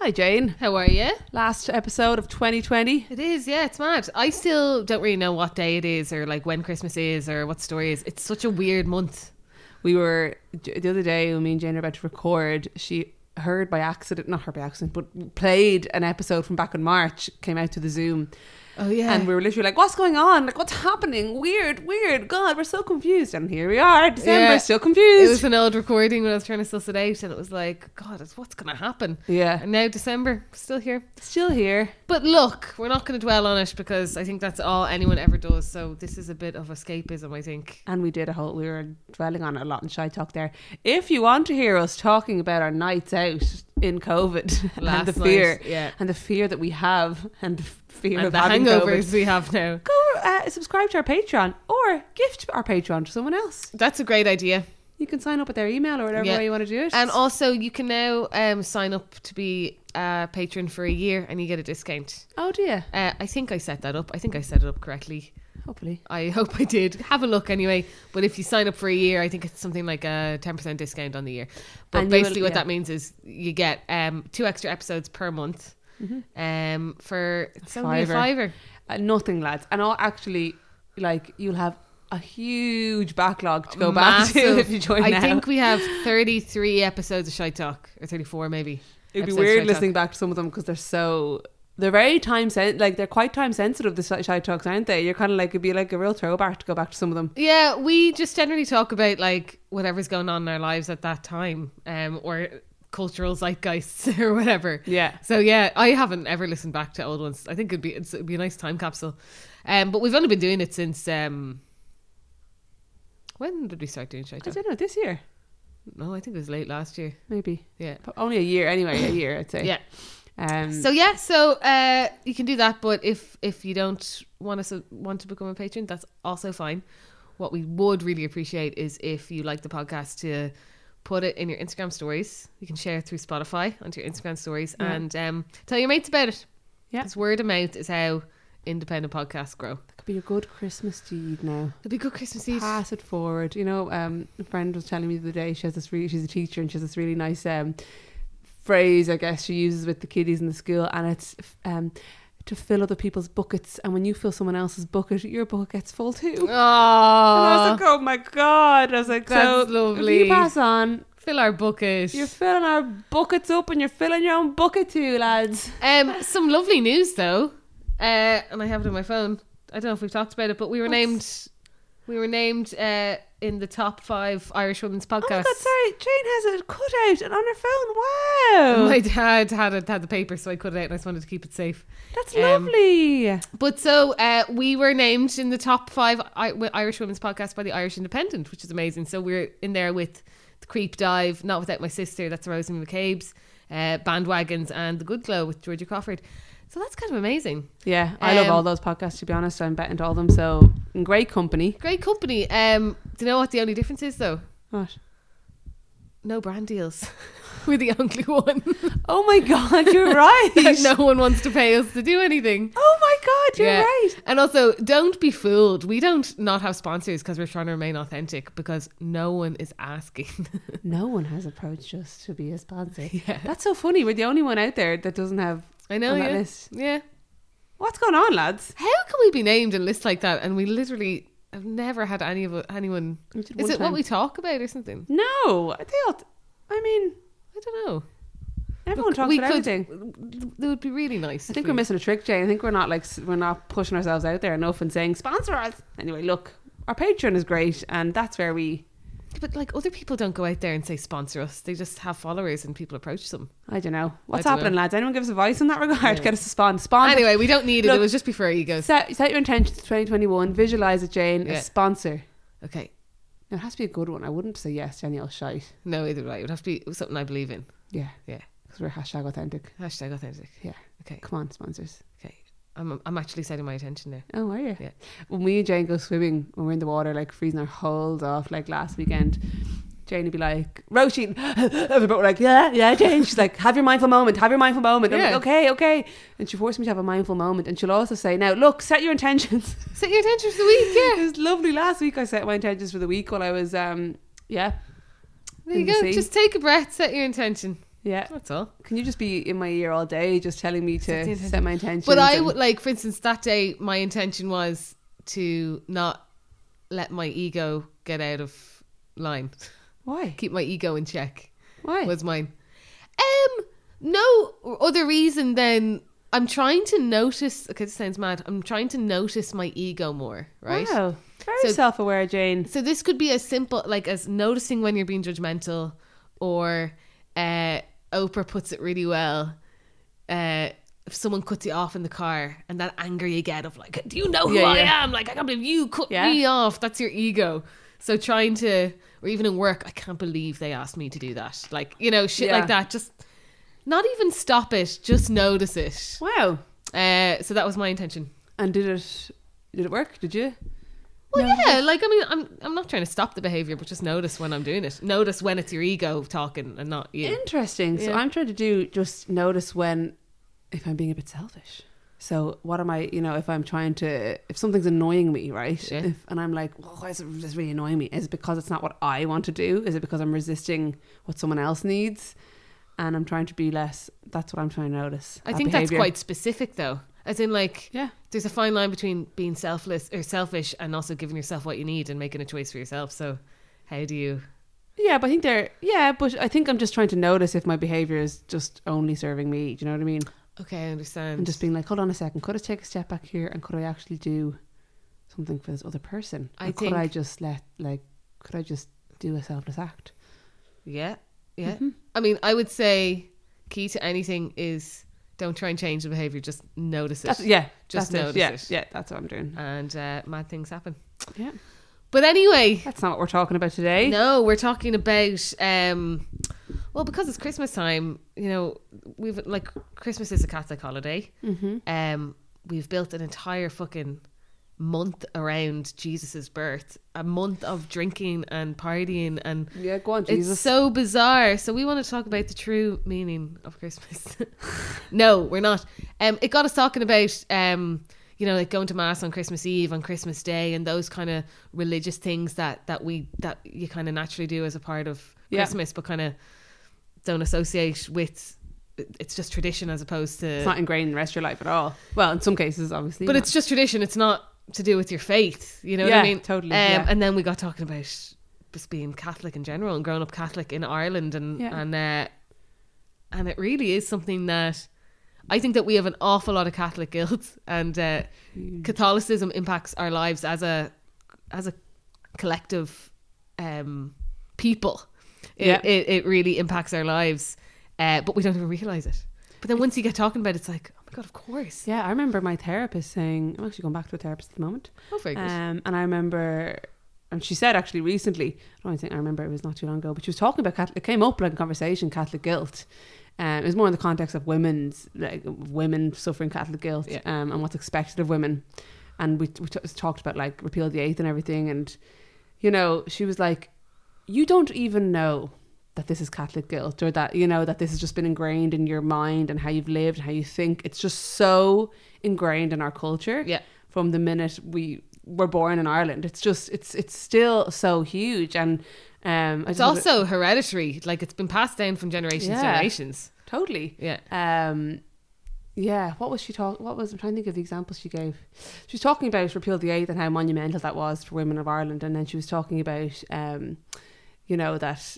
Hi, Jane. How are you? Last episode of 2020. It is, yeah, it's mad. I still don't really know what day it is or like when Christmas is or what story is. It's such a weird month. We were j- the other day when me and Jane were about to record. She heard by accident, not heard by accident, but played an episode from back in March. Came out to the Zoom, Oh yeah. and we were literally like, "What's going on? Like, what's happening? Weird, weird. God, we're so confused." And here we are, December, Yeah. still it was confused. an old recording when I was trying to suss it out and it was like, God, it's what's gonna happen? yeah, And now December, still here. still here. But look, we're not gonna dwell on it because I think that's all anyone ever does. So this is a bit of escapism, I think. And we did a whole, we were dwelling on it a lot in Shy Talk there. If you want to hear us talking about our nights out in COVID Last and the fear, night. Yeah. and the fear that we have and the fear of And the having hangovers COVID, we have now. go uh, subscribe to our Patreon or gift our Patreon to someone else. That's a great idea. You can sign up with their email or whatever Yeah. way you want to do it. And also, you can now um, sign up to be a patron for a year and you get a discount. oh dear, Uh, I think I set that up. I think I set it up correctly. hopefully. I hope I did. Have a look anyway. But if you sign up for a year, I think it's something like a 10% discount on the year. But And you will- basically, what yeah. that means is you get um, two extra episodes per month um, for it's only a Mm-hmm. fiver. fiver. Uh, nothing, lads. And I'll actually, like, you'll have a huge backlog to go back Massive. to if you join I now. think we have 33 episodes of Shy Talk, or 34 maybe. It'd be episodes of weird Shy listening back to some of them because they're so they're very time sen- like they're quite time sensitive. The shy shy talks, aren't they? You're kind of like it'd be like a real throwback to go back to some of them. Yeah, we just generally talk about like whatever's going on in our lives at that time, um, or cultural zeitgeists or whatever. Yeah, So yeah, I haven't ever listened back to old ones. I think it'd be it's, it'd be a nice time capsule. Um, but we've only been doing it since um. When did we start doing Shy I Talk? don't know this year No, I think it was late last year. maybe Yeah. But only a year anyway. A year, I'd say. Yeah. Um, So yeah, so uh, you can do that, but if if you don't want us want to become a patron, that's also fine. What we would really appreciate is if you like the podcast to put it in your Instagram stories. You can share it through Spotify onto your Instagram stories Yeah. and um, tell your mates about it. Yeah. because word of mouth is how independent podcasts grow. that could be a good Christmas deed now. It'll be a good Christmas Eve. Pass it forward. You know, um, a friend was telling me the other day she has this really she's a teacher and she has this really nice um phrase I guess she uses with the kiddies in the school and it's um to fill other people's buckets and when you fill someone else's bucket, your bucket gets full too. Oh, And I was like, oh my god! I was like, That's so If lovely. you pass on, fill our bucket. you're filling our buckets up, and you're filling your own bucket too, lads. Um, some lovely news though, uh, and I have it on my phone. I don't know if we've talked about it, but we were What's- named we were named uh, in the top five Irish women's Oh my podcasts. god! Sorry, Jane has a cutout and on her phone. Wow, My dad had it had the paper, so I cut it out, and I just wanted to keep it safe. that's um, lovely. But so uh, we were named in the top five I- w- Irish women's podcasts by the Irish Independent, which is amazing. So we're in there with the Creep Dive, Not Without My Sister, that's Rosamund McCabe's, uh, Bandwagons, and the Good Glow with Georgia Crawford. So that's kind of amazing. Yeah, I love um, all those podcasts. To be honest, I'm betting to all them. So in great company. Great company. Um, do you know what the only difference is though? What? No brand deals. We're the only one. Oh my god, you're right. that no one wants to pay us to do anything. Oh my god, you're Yeah. right. And also, don't be fooled. We don't not have sponsors because we're trying to remain authentic because no one is asking. No one has approached us to be a sponsor. yeah. That's so funny. We're the only one out there that doesn't have I know. on that Yeah. list. yeah. What's going on, lads? How can we be named in lists like that? And we literally have never had any of anyone. We did Is one it time. what we talk about or something? No, they all. I mean, I don't know. everyone Look, talks we about could- everything. It would be really nice. I if think we- we're missing a trick, Jay. I think we're not like s- we're not pushing ourselves out there enough and saying sponsor us. Anyway, look, our Patreon is great, and that's where we. But like other people don't go out there and say sponsor us. They just have followers and people approach them. I don't know what's dunno. happening, lads. Anyone give us advice in that regard? Yeah. Get us a spawn. Spawn. Anyway, we don't need it. Look- it was just before our egos. set, set your intention to 2021. Visualize it, Jane. Yeah. A sponsor. Okay. Now, it has to be a good one. I wouldn't say yes to any old shite. No, either way. It would have to be something I believe in. Yeah, Yeah. because we're hashtag authentic. Hashtag authentic. Yeah. Okay. Come on, sponsors. Okay. I'm, I'm actually setting my attention there. Oh, are you? Yeah. When me and Jane go swimming, when we're in the water, like freezing our hulls off, like last weekend, Jane would be like, Roisin. Everybody were like, yeah, yeah, Jane. She's like, have your mindful moment, have your mindful moment. I'm Yeah. like, okay, okay. And she forced me to have a mindful moment. And she'll also say, now, look, set your intentions. Set your attention for the week. Yeah. it was lovely. Last week, I set my intentions for the week while I was, um, yeah. There you In the go. sea. Just take a breath. Set your intention. Yeah. That's all. Can you just be in my ear all day, just telling me Set the to intention. set my intentions? But I and- would like, for instance, that day my intention was to not let my ego get out of line. Why? Keep my ego in check Why? was mine. Um, no other reason than I'm trying to notice. Okay, this sounds mad. I'm trying to notice my ego more, right? Wow. Very So- self-aware, Jane. So this could be as simple like as noticing when you're being judgmental, or uh, Oprah puts it really well. Uh, if someone cuts you off in the car, and that anger you get of like, do you know who Yeah, I yeah. am? Like, I can't believe you cut Yeah. me off. That's your ego. So trying to, or even in work, I can't believe they asked me to do that. Like, you know, shit Yeah. like that. Just not even stop it. Just notice it. Wow. Uh, so that was my intention. And did it? Did it work? Did you? Well, yeah, like I mean, I'm I'm not trying to stop the behavior, but just notice when I'm doing it. Notice when it's your ego talking and not you. Interesting. So Yeah. I'm trying to do just notice when if I'm being a bit selfish. So what am I? You know, if I'm trying to, if something's annoying me, right? Yeah. If, and I'm like, well, why is it- this really annoying me? Is it because it's not what I want to do? Is it because I'm resisting what someone else needs? And I'm trying to be less. That's what I'm trying to notice. I that think that's behaviour. quite specific, though. As in, like, Yeah. there's a fine line between being selfless or selfish and also giving yourself what you need and making a choice for yourself. So, how do you? Yeah, but I think they're yeah, but I think I'm just trying to notice if my behavior is just only serving me. Do you know what I mean? Okay, I understand. And just being like, hold on a second, could I take a step back here and could I actually do something for this other person? I Or could I think- just let like could I just do a selfless act? yeah, yeah. Mm-hmm. I mean, I would say key to anything is don't try and change the behavior. Just notice it, That's, yeah, Just notice that's it. Yeah, it. yeah, that's what I'm doing. and uh, mad things happen. Yeah, But anyway, that's not what we're talking about today. No, we're talking about um well because it's Christmas time, you know, we've like Christmas is a Catholic holiday. Mm-hmm. Um we've built an entire fucking month around Jesus's birth, a month of drinking and partying and Yeah, go on, it's Jesus. so bizarre. So we want to talk about the true meaning of Christmas. no, we're not. Um, it got us talking about um, you know, like going to mass on Christmas Eve, on Christmas Day, and those kind of religious things that that we that you kind of naturally do as a part of Yeah. Christmas, but kind of don't associate with. It's just tradition as opposed to. it's not ingrained in the rest of your life at all. Well, in some cases, obviously. but not. it's just tradition. It's not to do with your faith. You know Yeah, what I mean? totally, Um, yeah. And then we got talking about just being Catholic in general and growing up Catholic in Ireland, and Yeah. and uh, and it really is something that I think that we have an awful lot of Catholic guilt, and uh, Catholicism impacts our lives as a as a collective um, people. It, Yeah. it it really impacts our lives, uh, but we don't even realize it. But then once you get talking about it, it's like, oh my god, of course. yeah, I remember my therapist saying, I'm actually going back to a therapist at the moment. Oh, very good. Um, and I remember, and she said actually recently, I don't think I remember it was not too long ago, but she was talking about Catholic, it came up like a conversation, Catholic guilt. Um, it was more in the context of women's, like women suffering Catholic guilt Yeah. um, and what's expected of women. And we, we t- talked about like repeal the eighth and everything. And, you know, she was like, you don't even know that this is Catholic guilt or that, you know, that this has just been ingrained in your mind and how you've lived and how you think. It's just so ingrained in our culture Yeah. from the minute we were born in Ireland. It's just it's it's still so huge and um I It's just- also hereditary. Like it's been passed down from generation to Yeah. generations. totally Yeah. um yeah what was she talking what was I'm trying to think of the examples she gave she was talking about repeal the eighth and how monumental that was for women of Ireland and then she was talking about um you know that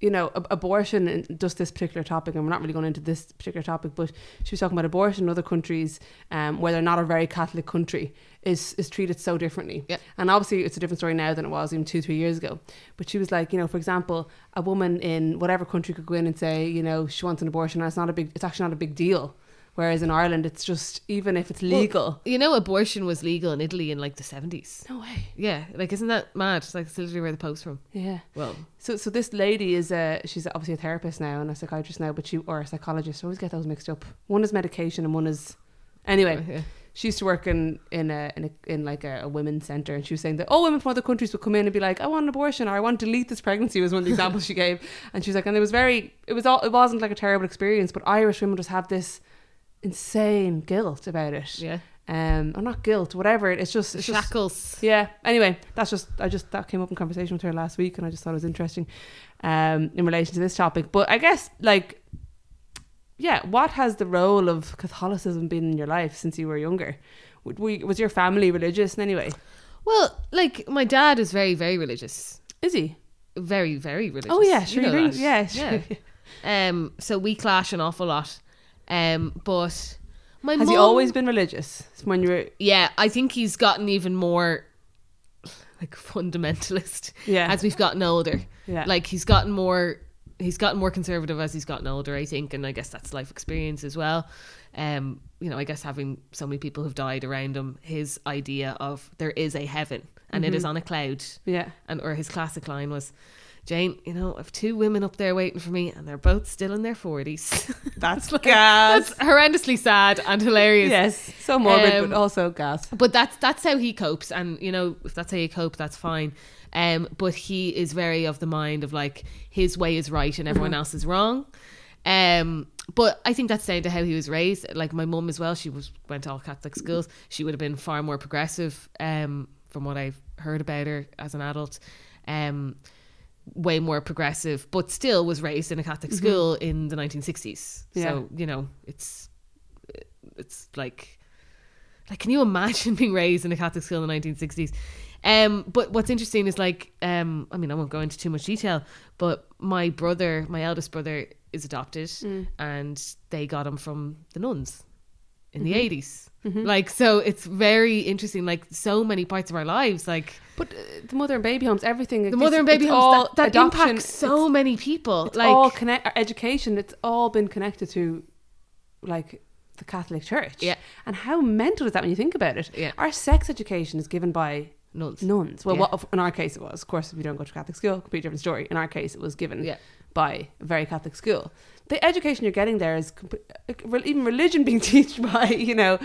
you know ab- abortion and just this particular topic and we're not really going into this particular topic but she was talking about abortion in other countries um, where they're not a very catholic country is is treated so differently Yep. and obviously it's a different story now than it was even two three years ago but she was like you know for example a woman in whatever country could go in and say you know she wants an abortion and it's not a big it's actually not a big deal whereas in ireland it's just even if it's legal You know, abortion was legal in Italy in like the seventies. no way Yeah. Like, isn't that mad? It's like it's literally where the Pope's from. yeah Well, So, so this lady is a she's obviously a therapist now and a psychiatrist now, but she or a psychologist. I always get those mixed up. One is medication and one is anyway. yeah. She used to work in in a in, a, in like a, a women's center, and she was saying that all women from other countries would come in and be like, "I want an abortion" or "I want to delete this pregnancy" was one of the examples she gave, and she was like, and it was very it was all it wasn't like a terrible experience, but Irish women just have this insane guilt about it yeah. um, or not guilt, whatever. It's just, it's just, Shackles. yeah. Anyway, that's just, I just, that came up in conversation with her last week and I just thought it was interesting um, in relation to this topic. But I guess, like, yeah, what has the role of Catholicism been in your life since you were younger? Would we, was your family religious in any way? Well, like my dad is very, very religious. Is he? Very, very religious. Oh, yeah, You sure. know You bring- that. yeah, sure. Yeah. Um, so we clash an awful lot. Um, but my Has he mum- always been religious? When you were, yeah, I think he's gotten even more like fundamentalist Yeah. as we've gotten older. Yeah. Like he's gotten more he's gotten more conservative as he's gotten older, I think, and I guess that's life experience as well. Um, you know, I guess having so many people who've died around him, his idea of there is a heaven and it is on a cloud yeah. and or his classic line was Jane, you know, I've two women up there waiting for me, and they're both still in their forties. That's That's gas. horrendously sad and hilarious. yes, so morbid, Um, but also gas. But that's that's how he copes, and you know if that's how you cope, that's fine. Um, but he is very of the mind of like his way is right and everyone else is wrong. Um, but I think that's down to how he was raised. Like my mum as well, she was went to all Catholic schools. She would have been far more progressive, um, from what I've heard about her as an adult. Um, way more progressive, but still was raised in a Catholic school in the 1960s. Yeah. So you know it's it's like like can you imagine being raised in a Catholic school in the 1960s? Um, but what's interesting is like um, I mean I won't go into too much detail, but my brother, my eldest brother, is adopted, Mm. and they got him from the nuns in Mm-hmm. the 80s. Like so, it's very interesting. Like so many parts of our lives, like But uh, the mother and baby homes, everything. the mother and baby homes, that, that impacts so many people. It's like all connect our education. It's all been connected to, like, the Catholic Church. Yeah. And how mental is that when you think about it? Yeah. Our sex education is given by nuns. nuns. Well, Yeah. what in our case it was. Of course, if you don't go to Catholic school, completely different story. In our case, it was given Yeah. by a very Catholic school. The education you're getting there is comp- like, re- even religion being taught by you know,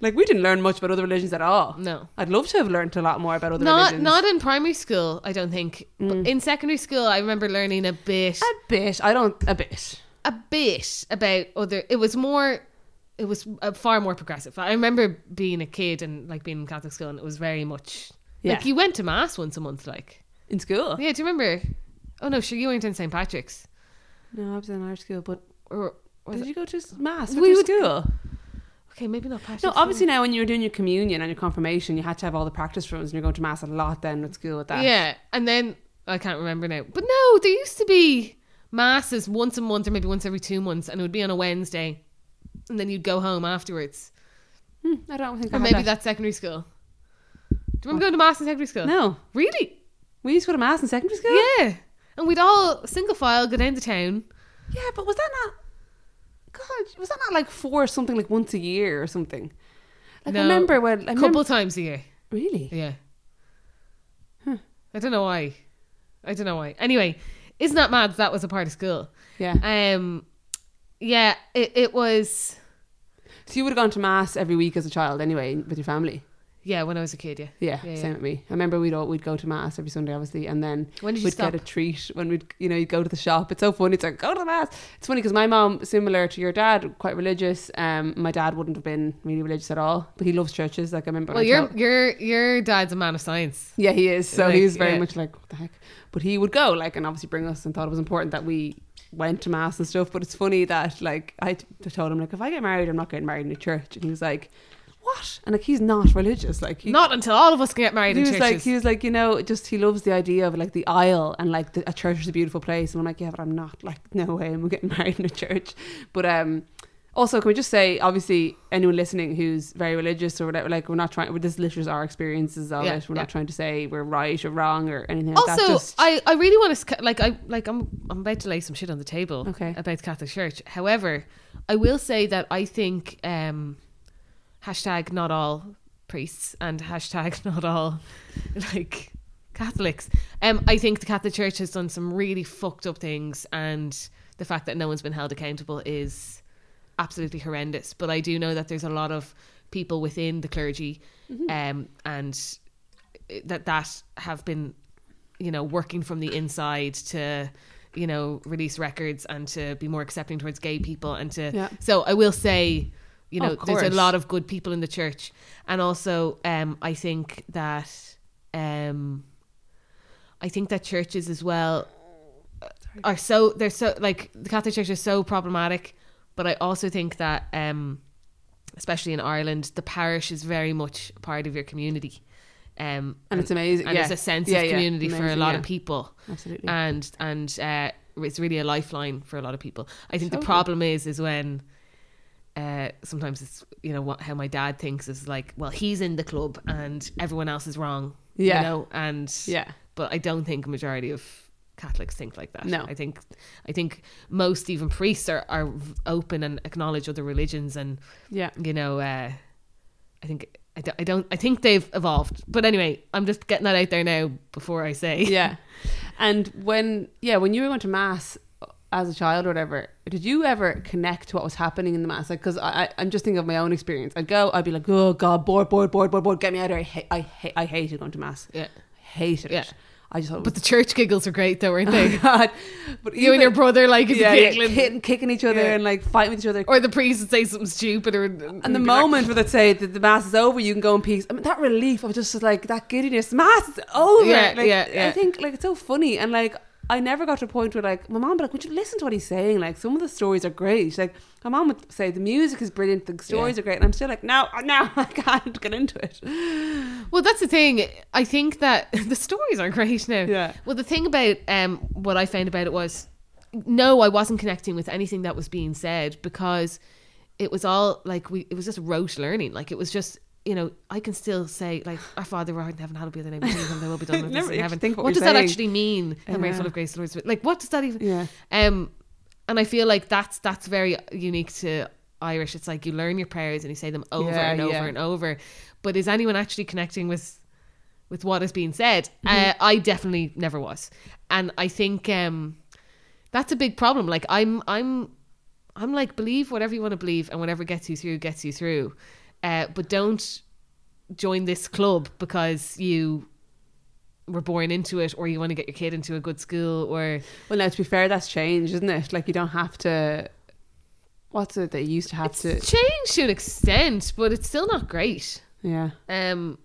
like we didn't learn much about other religions at all. No. I'd love to have learned a lot more about other Not religions. not in primary school, I don't think. But in secondary school, I remember learning a bit, a bit. I don't a bit. a bit about other. It was more, it was uh, far more progressive. I remember being a kid and like being in Catholic school, and it was very much like Yeah. you went to mass once a month. Like, In school? yeah, do you remember? Oh no, sure, you went in St Patrick's, No, I was in Irish school, but or was did it? you go to s- mass? We We would- would school. Okay, maybe not Patrick's. No, obviously now when you were doing your communion and your confirmation, you had to have all the practice rooms, and you're going to mass a lot then at school with that. Yeah, and then I can't remember now. But no, there used to be masses once a month or maybe once every two months, and it would be on a Wednesday, and then you'd go home afterwards. Hmm, I don't think. I Or had maybe that. Oh. that's secondary school. Do you remember going to mass in secondary school? No, really? we used to go to mass in secondary school. Yeah. And we'd all single file go down to town. Yeah, but was that not? God, was that not like four something like once a year or something? Like No. I remember when I A remember, couple times a year. really. Yeah. I don't know why. I don't know why. Anyway, isn't that mad? That was a part of school. Yeah. Um, yeah. It it was. So you would have gone to mass every week as a child anyway with your family. Yeah, when I was a kid. Yeah. Yeah, Yeah, same with me. I remember we'd all, we'd go to mass every Sunday, obviously, and then When did you we'd stop? get a treat when we'd you know you'd go to the shop. It's so funny. It's like go to the mass. It's funny because my mom, similar to your dad, quite religious. Um, my dad wouldn't have been really religious at all, but he loves churches. Like I remember. Well, when I your tell- your your dad's a man of science. yeah, he is. So Like, he was very yeah. much like what the heck, but he would go like and obviously bring us and thought it was important that we went to mass and stuff. But it's funny that like I t- told him like if I get married, I'm not getting married in a church, and he was like, what? And like he's not religious. Like he, Not until all of us can get married he in was churches. like he was like you know just he loves the idea of like the aisle and like the, a church is a beautiful place and I'm like yeah but I'm not like no way I'm getting married in a church but um also can we just say obviously anyone listening who's very religious or whatever like we're not trying this literally is our experiences of Yeah, it we're yeah. not trying to say we're right or wrong or anything like that also, just I, I really want to like I like I'm I'm about to lay some shit on the table Okay. about the Catholic Church. However, I will say that I think um, hashtag not all priests and hashtag not all like Catholics. Um, I think the Catholic Church has done some really fucked up things, and the fact that no one's been held accountable is absolutely horrendous. But I do know that there's a lot of people within the clergy, Mm-hmm. um, and that that have been you know working from the inside to you know release records and to be more accepting towards gay people and to Yeah. so i will say You Oh, know, of there's a course. lot of good people in the church, and also um, I think that um, I think that churches as well are so they're so like the Catholic Church is so problematic, but I also think that um, especially in Ireland, the parish is very much a part of your community. Um, And it's amazing, and yeah. it's a sense Yeah, of yeah, community for a amazing, lot yeah. of people Absolutely. and and uh, it's really a lifeline for a lot of people. I think the Totally. problem is is when uh, sometimes it's you know what how my dad thinks is like well he's in the club and everyone else is wrong. Yeah. You know and yeah. but I don't think a majority of Catholics think like that. No. I think I think most even priests are are open and acknowledge other religions and Yeah. you know uh, I think. I don't, I don't. I think they've evolved, but anyway, I'm just getting that out there now before I say. Yeah. And when yeah, when you were going to mass as a child or whatever, did you ever connect to what was happening in the mass? Like, because I, I, I'm just thinking of my own experience. I'd go, I'd be like, oh god, bored, bored, bored, bored, bored. Get me out of here. I hate, I hate, I hated going to mass. Yeah. Hated Yeah. it. I just thought, it But was- the church giggles are great though, weren't they? oh god. But you and even- your brother like is yeah, yeah, giggling. kicking, kicking each other Yeah. and like fighting with each other. Or the priest would say something stupid or And And the moment where they say that the mass is over, you can go in peace. I mean, that relief of just like that giddiness. Mass is over. Yeah, like, yeah, yeah. I think like it's so funny and like I never got to a point where like my mom, but like, would you listen to what he's saying? Like some of the stories are great. She's like my mom would say the music is brilliant, the stories are great, and I'm still like, no, no, I can't get into it. Well that's the thing. I think that the stories are great now. Yeah. Well the thing about um what I found about it was no, I wasn't connecting with anything that was being said because it was all like we it was just rote learning. Like it was just you know, I can still say like our Father who art in heaven, hallowed be thy name, thy kingdom, thy will be done on earth Never as in heaven. actually think what what you're does that saying. actually mean? Hail Mary, Yeah. full of grace, the Lord's with like what does that even Yeah, Um, and I feel like that's that's very unique to Irish. It's like you learn your prayers and you say them over Yeah, and over yeah. and over. But is anyone actually connecting with with what is being said? Mm-hmm. Uh, I definitely never was, and I think um, that's a big problem. Like I'm I'm I'm like believe whatever you want to believe, and whatever gets you through gets you through. Uh, but don't join this club because you were born into it, or you want to get your kid into a good school, or Well, now to be fair, that's changed, isn't it? Like you don't have to. What's it that you used to have it's to? changed to an extent, but it's still not great. Yeah, Um,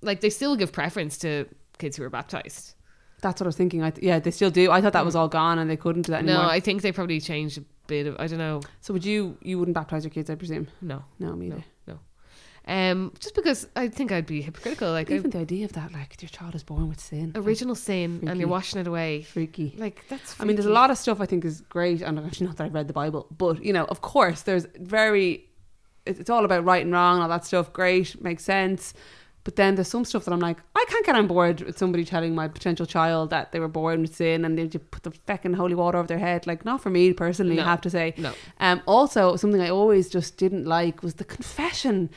like they still give preference to kids who are baptized. that's what I was thinking. I th- yeah, they still do. I thought that was all gone and they couldn't do that anymore. No, I think they probably changed a bit of. I don't know. so would you? You wouldn't baptize your kids, I presume. No, No, me no, either. no. Um, just because I think I'd be hypocritical. Like I, Even the idea of that, like your child is born with sin, original sin, and Freaky. you're washing it away. freaky. Like that's. I mean, there's a freaky. lot of stuff I think is great, and actually not that I've read the Bible, but you know, of course, there's very, it- it's all about right and wrong and all that stuff. Great, makes sense. But then there's some stuff that I'm like, I can't get on board with somebody telling my potential child that they were born with sin and they just put the feckin' holy water over their head. Like, not for me personally, No. I have to say. No. Um, also, something I always just didn't like was the confession.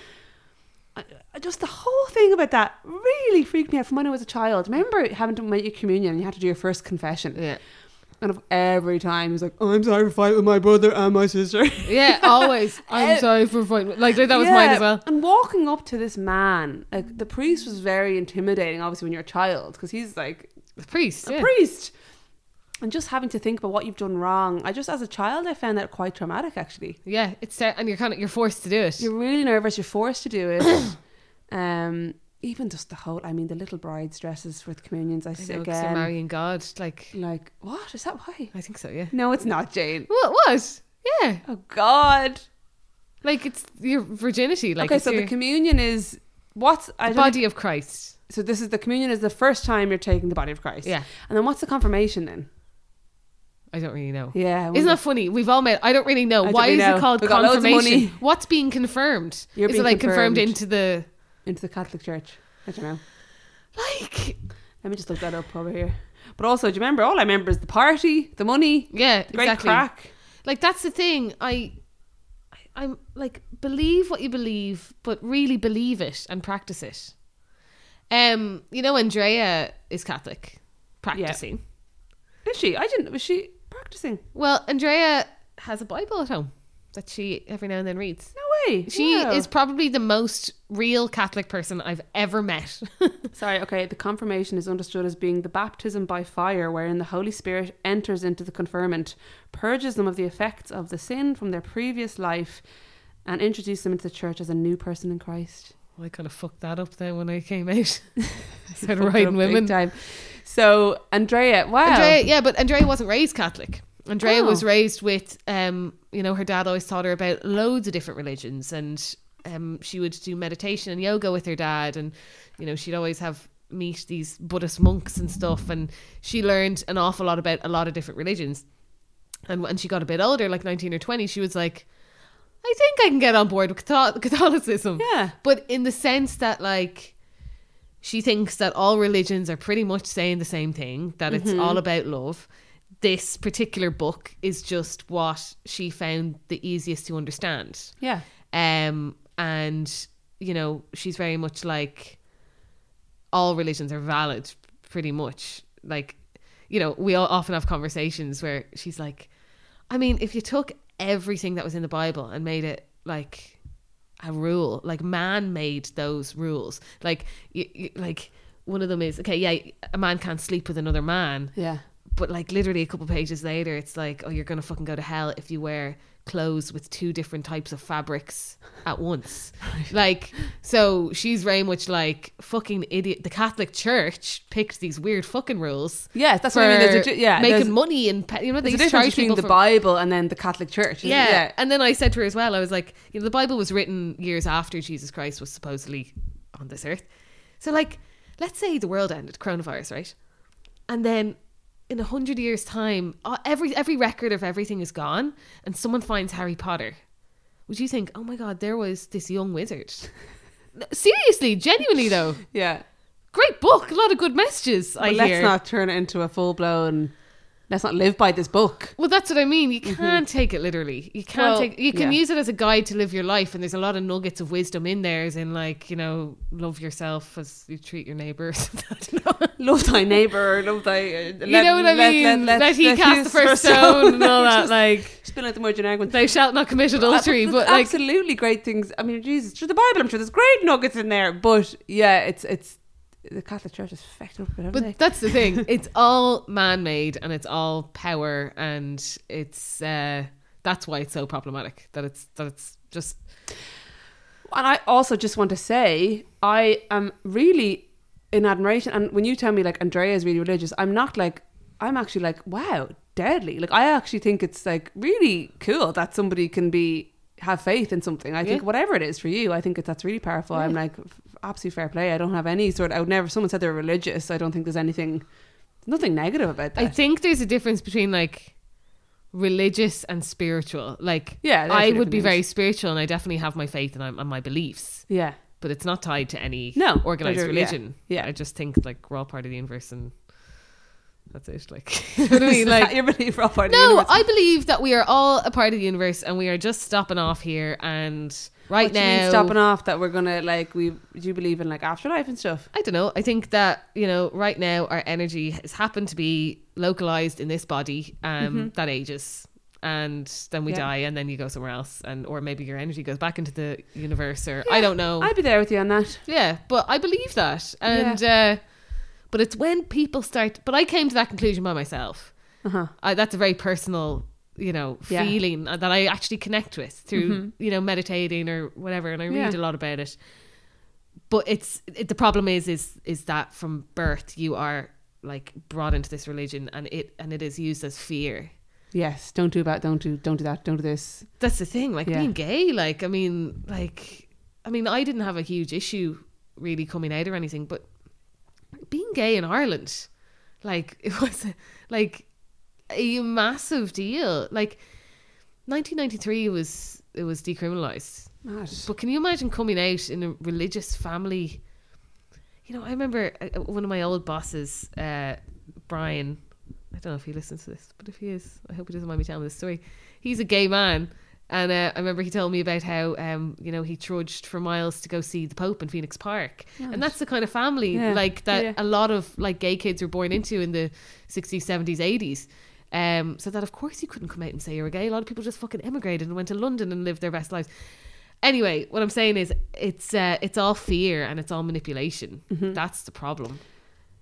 I- I- Just the whole thing about that really freaked me out from when I was a child. Remember having to make your communion and you had to do your first confession. Yeah, And of every time he's like, oh, I'm sorry for fighting with my brother and my sister. yeah. Always. I'm Eh. sorry for fighting. Like that was mine Yeah, as well. And walking up to this man, like the priest was very intimidating, obviously, when you're a child, because he's like The priest. a Yeah. priest. And just having to think about what you've done wrong. I just, as a child, I found that quite traumatic, actually. yeah, it's ter- and you're kind of you're forced to do it. You're really nervous, you're forced to do it. um, even just the whole, I mean, the little bride's dresses for the communions, I, I say know, 'cause you're again. marrying God. Like Like, what? Is that why? I think so. Yeah. No, it's not, Jane. What? What? Yeah. Oh, God. Like it's your virginity. Like okay, it's so your the communion is what's I the don't body of Christ. so this is the communion is the first time you're taking the body of Christ. Yeah. And then what's the confirmation then? I don't really know. Yeah. I Isn't wonder- that funny? We've all met. I don't really know. I don't Why really is know. it called We got loads of confirmation? money. What's being confirmed? You're is being it like confirmed. confirmed. into the into the Catholic Church? I don't know. like? Let me just look that up over here. But also, do you remember? All I remember is the party, the money, Yeah, the great exactly. crack. Like that's the thing. I, I, I'm like believe what you believe, but really believe it and practice it. Um, you know, Andrea is Catholic, practicing. Is she? I didn't. Was she practicing? Well, Andrea has a Bible at home that she every now and then reads. No way. She Wow. is probably the most real Catholic person I've ever met. Oh, Sorry, okay. The confirmation is understood as being the baptism by fire, wherein the Holy Spirit enters into the confirmant, purges them of the effects of the sin from their previous life, and introduced them into the church as a new person in Christ. I kind of fucked that up then when I came out. Started Fucked it riding up women. big time. So Andrea, wow, Andrea, yeah, but Andrea wasn't raised Catholic. Andrea Oh. was raised with, um, you know, her dad always taught her about loads of different religions, and um, she would do meditation and yoga with her dad, and you know, she'd always have meet these Buddhist monks and stuff, and she learned an awful lot about a lot of different religions. And when she got a bit older, like nineteen or twenty, she was like, "I think I can get on board with Catho- Catholicism." yeah, but in the sense that like she thinks that all religions are pretty much saying the same thing that it's all about love this particular book is just what she found the easiest to understand yeah, um and you know she's very much like all religions are valid pretty much like you know we all often have conversations where she's like i mean if you took everything that was in the bible and made it like a rule like man made those rules like y y like one of them is okay yeah a man can't sleep with another man yeah. but like literally a couple pages later it's like oh you're gonna fucking go to hell if you wear clothes with two different types of fabrics at once like so she's very much like fucking idiot the catholic church picked these weird fucking rules Yes, that's what I mean. There's a, for ju- yeah, making there's, money and pe- you know they there's a used to charge difference between people the for- Bible and then the Catholic Church. isn't yeah. there? yeah. And then I said to her as well, I was like, you know, the Bible was written years after Jesus Christ was supposedly on this earth. So, like, let's say the world ended, coronavirus, right? And then in a hundred years' time, uh, every every record of everything is gone, and someone finds Harry Potter. Would you think, oh my God, there was this young wizard? Seriously, genuinely though, yeah. great book, a lot of good messages. I But hear. let's not turn it into a full blown. Let's not live by this book. Well, that's what I mean. You can't take it literally. You can't Mm-hmm. Well, take. You can yeah. use it as a guide to live your life, and there's a lot of nuggets of wisdom in there, as in like you know, love yourself as you treat your neighbors. I don't know. Love thy neighbor. Love thy. Uh, you know what I mean? Let, he cast the first stone, and all that. like Spilling out the more generic one. thou shalt not commit adultery, There's but like absolutely great things. I mean, Jesus, through the Bible, I'm sure there's great nuggets in there. But yeah, it's it's the Catholic Church is fecked up. But, But that's the thing. It's all man made and it's all power and it's uh that's why it's so problematic. That it's that it's just And I also just want to say, I am really in admiration. And when you tell me like Andrea is really religious, I'm not like, I'm actually like, wow, deadly. Like I actually think it's like really cool that somebody can be have faith in something. I think Yeah. whatever it is for you, I think it, that's really powerful. I'm like f- absolute fair play. I don't have any sort. I would never. Someone said they're religious. I don't think there's anything, nothing negative about that. I think there's a difference between like religious and spiritual. Like, Yeah, they're I two would be different very spiritual, and I definitely have my faith and, I'm, and my beliefs, yeah. but it's not tied to any No, organized they're- yeah, religion. yeah. I just think like we're all part of the universe, and that's it. Like, you know what I mean? Is Like, that your belief or all part of the no, universe? I believe that we are all a part of the universe, and we are just stopping off here and right What do you mean now. stopping off that we're gonna like we do you believe in like afterlife and stuff? I don't know. I think that you know, right now, our energy has happened to be localized in this body um, that ages, and then we Yeah. die, and then you go somewhere else, and or maybe your energy goes back into the universe, or I don't know. I'd be there with you on that. yeah, but I believe that, and uh, but it's when people start. But I came to that conclusion by myself. Uh-huh. I, that's a very personal, you know, Yeah. Mm-hmm. feeling that I actually connect with through, you know, meditating or whatever. And I read Yeah. a lot about it. But it's it, the problem is is is that from birth you are like brought into this religion and it and it is used as fear. Yes, don't do about don't do don't do that, don't do this. That's the thing, like Yeah. being gay. Like I mean, like I mean, I didn't have a huge issue really coming out or anything, but being gay in Ireland, like it was like a massive deal. Like 1993 it was it was decriminalized. Mad. But can you imagine coming out in a religious family? You know, I remember uh, one of my old bosses, uh, Brian. I don't know if he listens to this, but if he is, I hope he doesn't mind me telling this story. He's a gay man, and uh, I remember he told me about how um, you know he trudged for miles to go see the Pope in Phoenix Park, and that's the kind of family Yeah. like that Yeah. a lot of like gay kids were born into in the 60s, 70s, 80s. Um, so that of course you couldn't come out and say you were gay. A lot of people just fucking emigrated and went to London and lived their best lives. Anyway, what I'm saying is it's uh, it's all fear and it's all manipulation. That's the problem.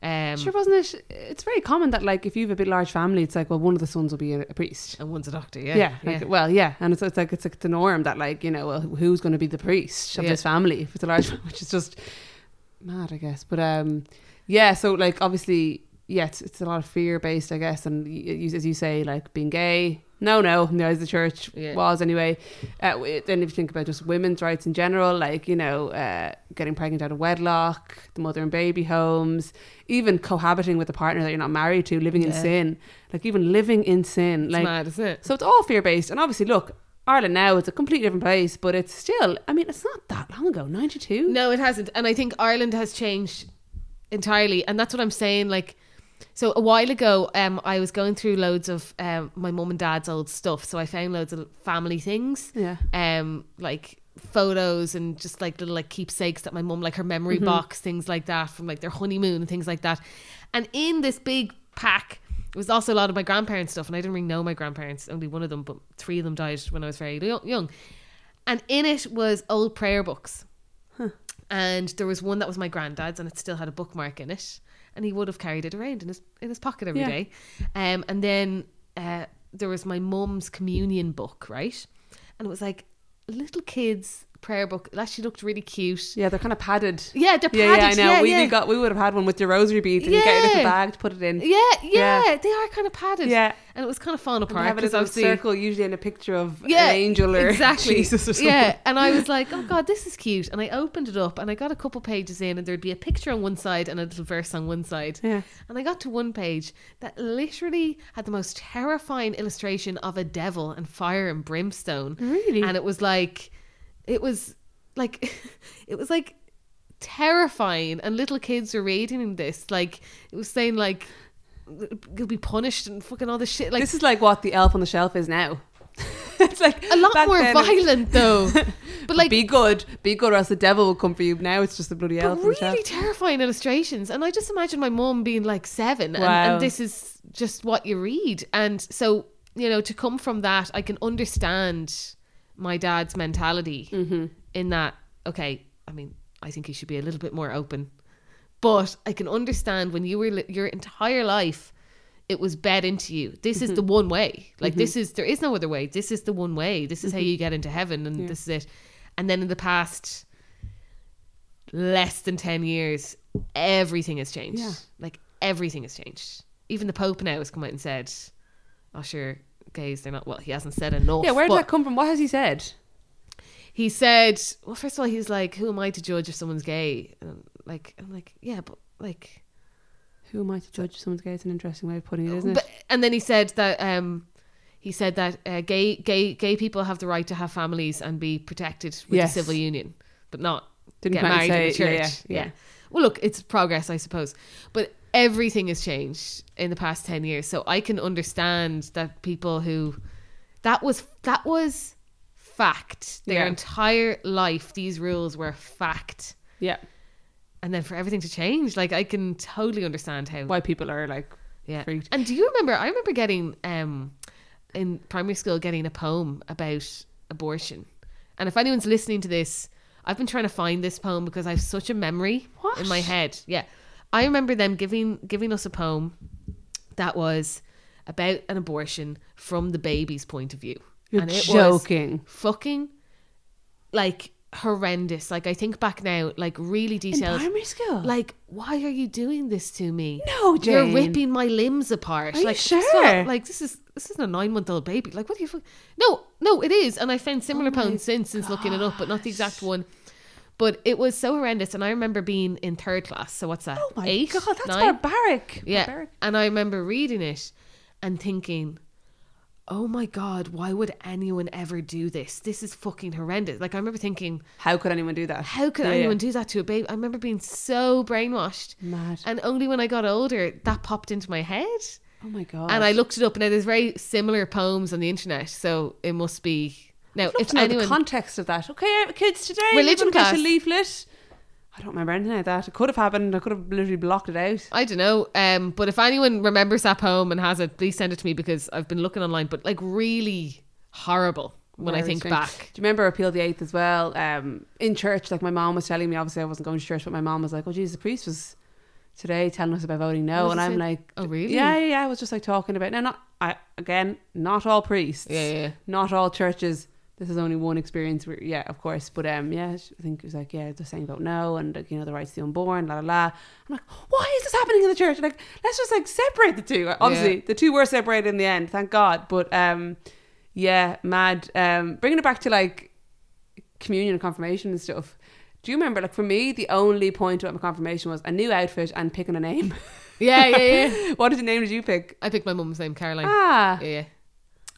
Um, Mm-hmm. sure, wasn't it? It's very common that like if you have a bit large family, it's like well, one of the sons will be a, a priest. And one's a doctor, yeah. Yeah, like, well, yeah, and it's, it's like it's like the norm that like you know well, who's going to be the priest of Yeah. this family if it's a large, which is just mad, I guess. But um, yeah, so like obviously, yeah, it's, it's a lot of fear based, I guess, and y- you, as you say, like being gay. No, no, no, as the church Yeah. was anyway. Uh, w- then if you think about just women's rights in general, like you know, uh, getting pregnant out of wedlock, the mother and baby homes, even cohabiting with a partner that you're not married to, living in Yeah. sin, like even living in sin, It's like mad, isn't it? so it's all fear based. And obviously, look, Ireland now is a completely different place, but it's still, I mean, it's not that long ago, 92. No, it hasn't. And I think Ireland has changed entirely. And that's what I'm saying. Like, so a while ago, um, I was going through loads of um, my mum and dad's old stuff. So I found loads of family things, Yeah. um, like photos and just like little like keepsakes that my mum, like her memory box, things like that from like their honeymoon and things like that. And in this big pack, it was also a lot of my grandparents' stuff. And I didn't really know my grandparents, only one of them, but three of them died when I was very yo- young. And in it was old prayer books and there was one that was my granddad's and it still had a bookmark in it and he would have carried it around in his in his pocket every Yeah. day um and then uh there was my mum's communion book right and it was like a little kids prayer book it actually looked really cute Yeah, they're kind of padded. yeah they're Yeah, yeah, I padded, know. yeah, we, yeah. we got we would have had one with your rosary beads, and you get your Yeah. little bag to put it in. yeah, yeah, Yeah. they are kind of padded. Yeah. and it was kind of falling And they apart have it because as a obviously, circle, usually in a picture of Yeah, an angel or exactly. Jesus or something. Yeah, and I was like, oh god, this is cute. And I opened it up and I got a couple pages in, and there'd be a picture on one side and a little verse on one side. Yeah. And I got to one page that literally had the most terrifying illustration of a devil and fire and brimstone. Really? And it was like, it was like, it was like terrifying. And little kids were reading this. Like, it was saying, like, you'll be punished and fucking all this shit. Like, this is like what the elf on the shelf is now. it's like a lot back more then it was, violent, though. But like, be good, be good, or else the devil will come for you. Now it's just the bloody elf but on the shelf. really terrifying illustrations. And I just imagine my mom being like seven, and, Wow. and this is just what you read. And so, you know, to come from that, I can understand my dad's mentality in that, okay, I mean, I think he should be a little bit more open. But I can understand when you were li- your entire life, it was bed into you. This is the one way. Like this is there is no other way. This is the one way. This is how you get into heaven, and this is it. And then in the past, less than 10 years, everything has changed. Yeah. Like everything has changed. Even the Pope now has come out and said, oh, sure, gays, they're not, well, he hasn't said enough. Yeah, where did but that come from? What has he said? He said, well, first of all, he's like, who am I to judge if someone's gay? And like, I'm like, yeah, but like, Who am I to judge someone's gay? It's an interesting way of putting it, isn't it? But, and then he said that um, he said that uh, gay gay gay people have the right to have families and be protected with Yes. the civil union, but not Didn't get quite married in the say- church. yeah, yeah, yeah. Well, look, it's progress, I suppose, but everything has changed in the past ten years. So I can understand that people who that was that was fact their Yeah. entire life these rules were fact yeah. and then for everything to change like i can totally understand how why people are like yeah. freaked. And do you remember? I remember getting um in primary school getting a poem about abortion. And if anyone's listening to this, I've been trying to find this poem because I have such a memory What? in my head. Yeah. I remember them giving giving us a poem that was about an abortion from the baby's point of view. You're and it joking. was fucking like horrendous. Like I think back now, like really detailed. school. Like, Like, why are you doing this to me? No, Jane. You're ripping my limbs apart. Are you like, it's sure? not- like this is this isn't a nine month old baby. Like, what do you? Fuck? No, no, it is. And I found similar Oh poems since since looking it up, but not the exact one. But it was so horrendous, and I remember being in third class. So what's that? oh my Eight, god, that's nine? barbaric. Yeah. Barbaric. And I remember reading it and thinking, oh my god, why would anyone ever do this? This is fucking horrendous. Like I remember thinking, How could anyone do that? how could Yeah, yeah. anyone do that to a baby? I remember being so brainwashed. Mad. And only when I got older, that popped into my head. Oh my god. And I looked it up. Now, there's very similar poems on the internet. So it must be. Now, Love if to know the anyone. context of that. Okay, uh, kids, today Religion religion class. class. a leaflet. I don't remember anything like that. It could have happened. I could have literally blocked it out. I don't know, um, but if anyone remembers that poem and has it, please send it to me because I've been looking online. But like, really horrible when I Very think strange. back. Do you remember Appeal the Eighth as well? Um, in church, like my mom was telling me, obviously I wasn't going to church, but my mom was like, "Oh, Jesus, the priest was today telling us about voting no, What and does it I'm say? like, Oh, really? Yeah, yeah, yeah. I was just like talking about now. Not I again. Not all priests. Yeah, yeah. Not all churches. This is only one experience. Where, yeah, of course. But um, yeah, sh- I think it was like yeah, they're saying about no, and like, you know the rights to the unborn, la la la. I'm like, why is this happening in the church? Like, let's just like separate the two. Obviously, the two were separated in the end. Thank God. But um, yeah, mad. Um, bringing it back to like communion and confirmation and stuff. Do you remember? Like for me, the only point about my confirmation was a new outfit and picking a name. Yeah, yeah, yeah. what did the name did you pick? I picked my mum's name, Caroline. Ah, Yeah, yeah.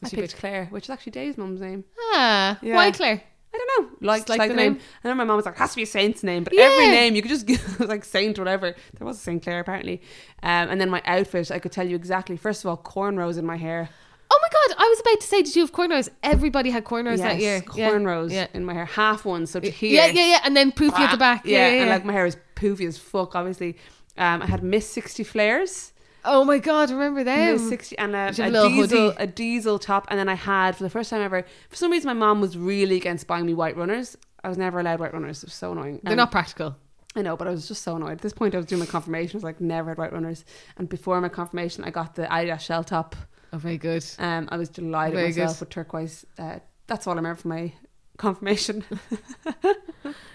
I She picked Claire, which is actually Dave's mum's name. Ah, Yeah. why Claire? I don't know, like Just like, the name. And then my mum was like, "Has to be a saint's name," but Yeah. every name you could just give like saint, whatever. There was a Saint Claire apparently. Um, and then my outfit, I could tell you exactly. First of all, cornrows in my hair. Oh my god, I was about to say, did you have cornrows? Everybody had cornrows that year. Yeah. cornrows Yeah. in my hair, half one, so to Yeah. here. Ah, yeah, yeah, yeah, and then poofy at the back. Yeah, yeah, and yeah. like my hair is poofy as fuck, obviously. Um, I had Miss Sixty flares. oh my god, remember them? Miss 60 and a, Did you have a a little diesel hoodie? a diesel top and then I had for the first time ever for some reason my mom was really against buying me white runners I was never allowed white runners it was so annoying They're Um, not practical. I know but I was just so annoyed at this point I was doing my confirmation I was like never had white runners and before my confirmation I got the Adidas shell top Oh, very good. um, I was delighted with Very myself good. with turquoise uh, that's all I remember from my confirmation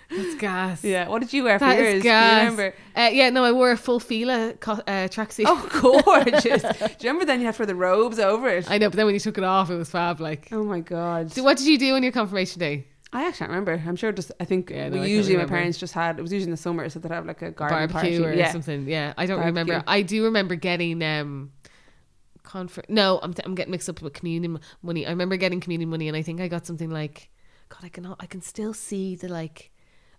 That's gas. yeah what did you wear for That yours is Do you gas. remember Uh, yeah, no, I wore a full Fila co- uh, tracksuit. oh gorgeous do you remember then you had to wear the robes over it I know, but then when you took it off, it was fab. Like, oh my god so what did you do on your confirmation day? I actually can't remember. I'm sure just I think Yeah, no, we I can't usually my remember. parents just had it was usually in the summer so they'd have like a garden Barbecue party. or yeah. something? Yeah, I don't remember. Barbecue. I do remember getting um, confer- No, I'm I'm getting mixed up with communion m- money. I remember getting communion money, and I think I got something like, God, I can I can still see the like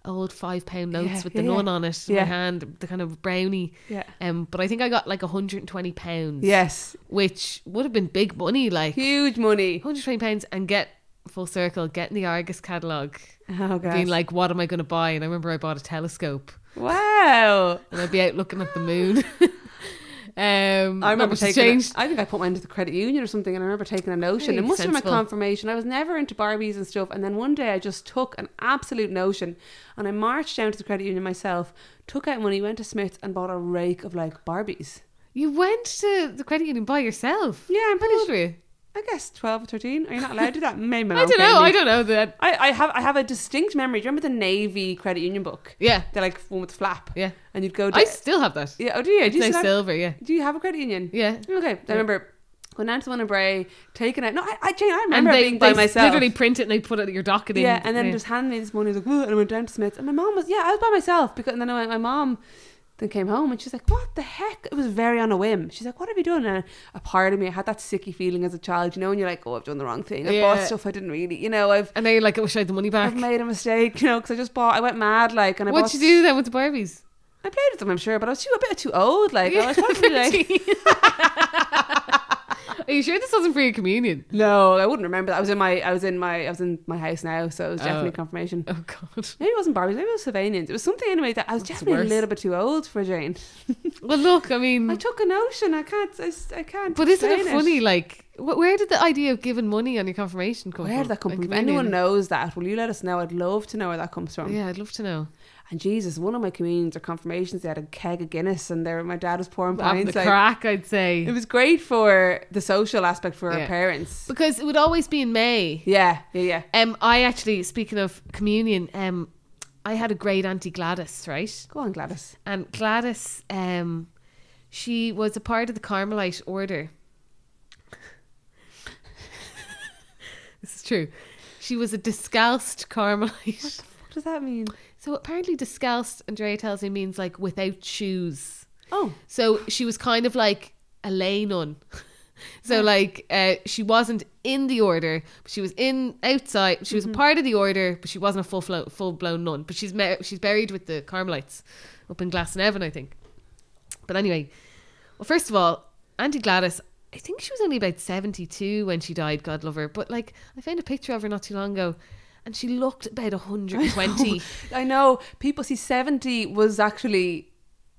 old five pound notes Yeah, with the yeah, yeah. nun on it in Yeah. my hand, the kind of brownie. Yeah. Um, but I think I got like 120 pounds. Yes. which would have been big money, like Huge money. 120 pounds, and get full circle, get in the Argus catalog, Oh god. being like, what am I going to buy? And I remember I bought a telescope, wow. and I'd be out looking at the moon. um, I remember taking taking. a- changed. I think I put mine into the credit union or something, and I remember taking a notion. Very It must have been sensible. my confirmation. I was never into Barbies and stuff, and then one day I just took an absolute notion, and I marched down to the credit union myself, took out money, went to Smiths, and bought a rake of like Barbies. You went to the credit union by yourself. Yeah, I'm How pretty old sure. were you? I guess twelve or thirteen. Are you not allowed to do that? Maybe my I mom don't came know. to me. I don't know that. I, I have I have a distinct memory. Do you remember the Navy credit union book? Yeah, They're like one with flap, yeah. and you'd go. To, I still have that. yeah. Oh, do you? Do you, It's still now have, silver. Yeah, do you have a credit union? yeah. Okay. I remember going down to the one in Bray, taking out. No, I, I, Jane, I And remember they, being by they myself. literally print it and they put it at your docket. in. yeah, and then just handed me this money. I was like, "Ugh," and I went down to Smith's, and my mom was, yeah, I was by myself because. And then I went, my mom then came home, and she's like, "What the heck?" It was very on a whim. She's like, "What have you done?" And a part of me, I had that sicky feeling as a child, you know, and you're like, "Oh, I've done the wrong thing. I Yeah. bought stuff I didn't really, you know, I've." and then you're like, I wish I had the money back. I've made a mistake, you know, because I just bought. I went mad, like, and I What'd bought. you do then with the Barbies? I played with them, I'm sure, but I was too a bit too old. Like, I was probably like, Are you sure this wasn't for your communion? no, I wouldn't remember. That. I was in my, I was in my, I was in my house now, so it was definitely Oh. confirmation. Oh God! Maybe it wasn't Barbies, maybe it was Sylvanians. It was something anyway that I was That's definitely worse. a little bit too old for Jane. Well, look, I mean, I took a notion. I can't, I, s- I can't. Hmm. but isn't it explain funny? Like, wh- where did the idea of giving money on your confirmation come from? Where did that come Like, from? If communion? anyone knows that, will you let us know? I'd love to know where that comes from. Yeah, I'd love to know. And Jesus, one of my communions or confirmations, they had a keg of Guinness, and there my dad was pouring Having the pints. Like, crack, I'd it say, was great for the social aspect for Yeah. our parents. because it would always be in May. Yeah, yeah, yeah. Um, I actually, speaking of communion, um, I had a great auntie Gladys, right? Go on, Gladys. And Gladys, um, she was a part of the Carmelite order. this is true. She was a discalced Carmelite. What does that mean? So apparently, discalced, Andrea tells me, means like without shoes. Oh, So she was kind of like a lay nun. Oh. So like uh, she wasn't in the order, but she was in outside. She was Mm-hmm. a part of the order, but she wasn't a full flo- full blown nun. But she's ma- she's buried with the Carmelites up in Glasnevin, I think. But anyway, well, first of all, Auntie Gladys, I think she was only about seventy two when she died. God love her. But like, I found a picture of her not too long ago, and she looked about hundred and twenty. I know. People see 70 was actually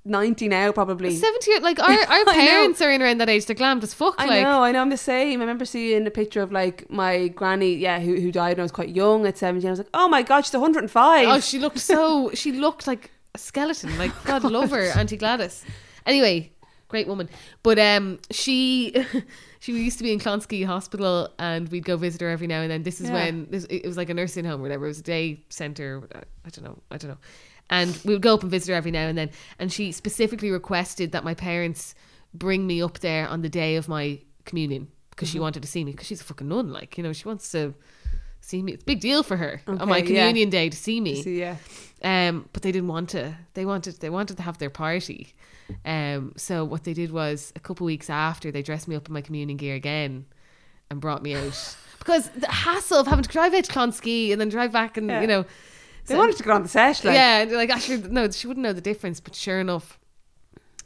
90 now, probably. 70 like our, our know. parents are in around that age they're glammed as fuck I like know, I know. I'm the same. I remember seeing a picture of like my granny, yeah, who, who died when I was quite young at 17. I was like, oh my God, she's 105. oh she looked so she looked like a skeleton. Like God, love her, Auntie Gladys. Anyway, great woman. But um, she she used to be in Klonsky Hospital, and we'd go visit her every now and then. This is Yeah. when this, it was like a nursing home, or whatever. It was a day center. uh, I don't know. I don't know. And we would go up and visit her every now and then. And she specifically requested that my parents bring me up there on the day of my communion because Mm-hmm. she wanted to see me because she's a fucking nun. Like you know, she wants to see me. It's a big deal for her on Okay, my yeah. communion day to see me. So, yeah. Um, but they didn't want to. They wanted they wanted to have their party. Um, so what they did was a couple weeks after they dressed me up in my communion gear again, and brought me out because the hassle of having to drive out to Clonski and then drive back and Yeah. you know, They so- wanted to get on the sesh, like yeah, and like actually no, she wouldn't know the difference. But sure enough,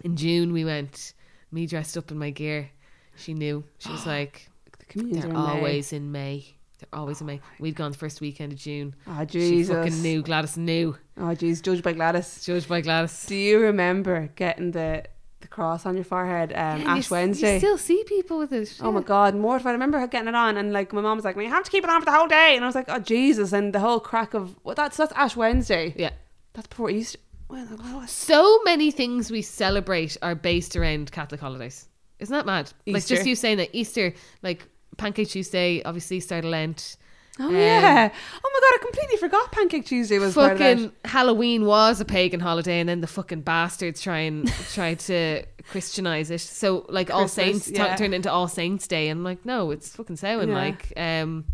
in June we went. Me dressed up in my gear. She knew. She was like, the communions "They're were in May. always in May. They're always in May." We'd gone the first weekend of June. Oh She fucking Jesus. knew. Gladys knew. Oh jeez, judged by Gladys. Judged by Gladys. Do you remember getting the the cross on your forehead um, Yeah, you Ash s- Wednesday? You still see people with it. Oh my god, mortified. I remember her getting it on and like my mom was like, well, you have to keep it on for the whole day and I was like, Oh Jesus and the whole crack of well that's that's Ash Wednesday. Yeah. That's before Easter well, what was So many things we celebrate are based around Catholic holidays. Isn't that mad? Like Easter. just you saying that Easter, like Pancake Tuesday, obviously start of Lent. Oh Um, yeah. Oh my god, I completely forgot Pancake Tuesday was part of that. fucking Halloween was a pagan holiday, and then the fucking bastards try and try to Christianize it. So like All Christmas, Saints tu- yeah. turned into All Saints Day, and I'm like, no, it's fucking Samhain. Yeah. Like, um,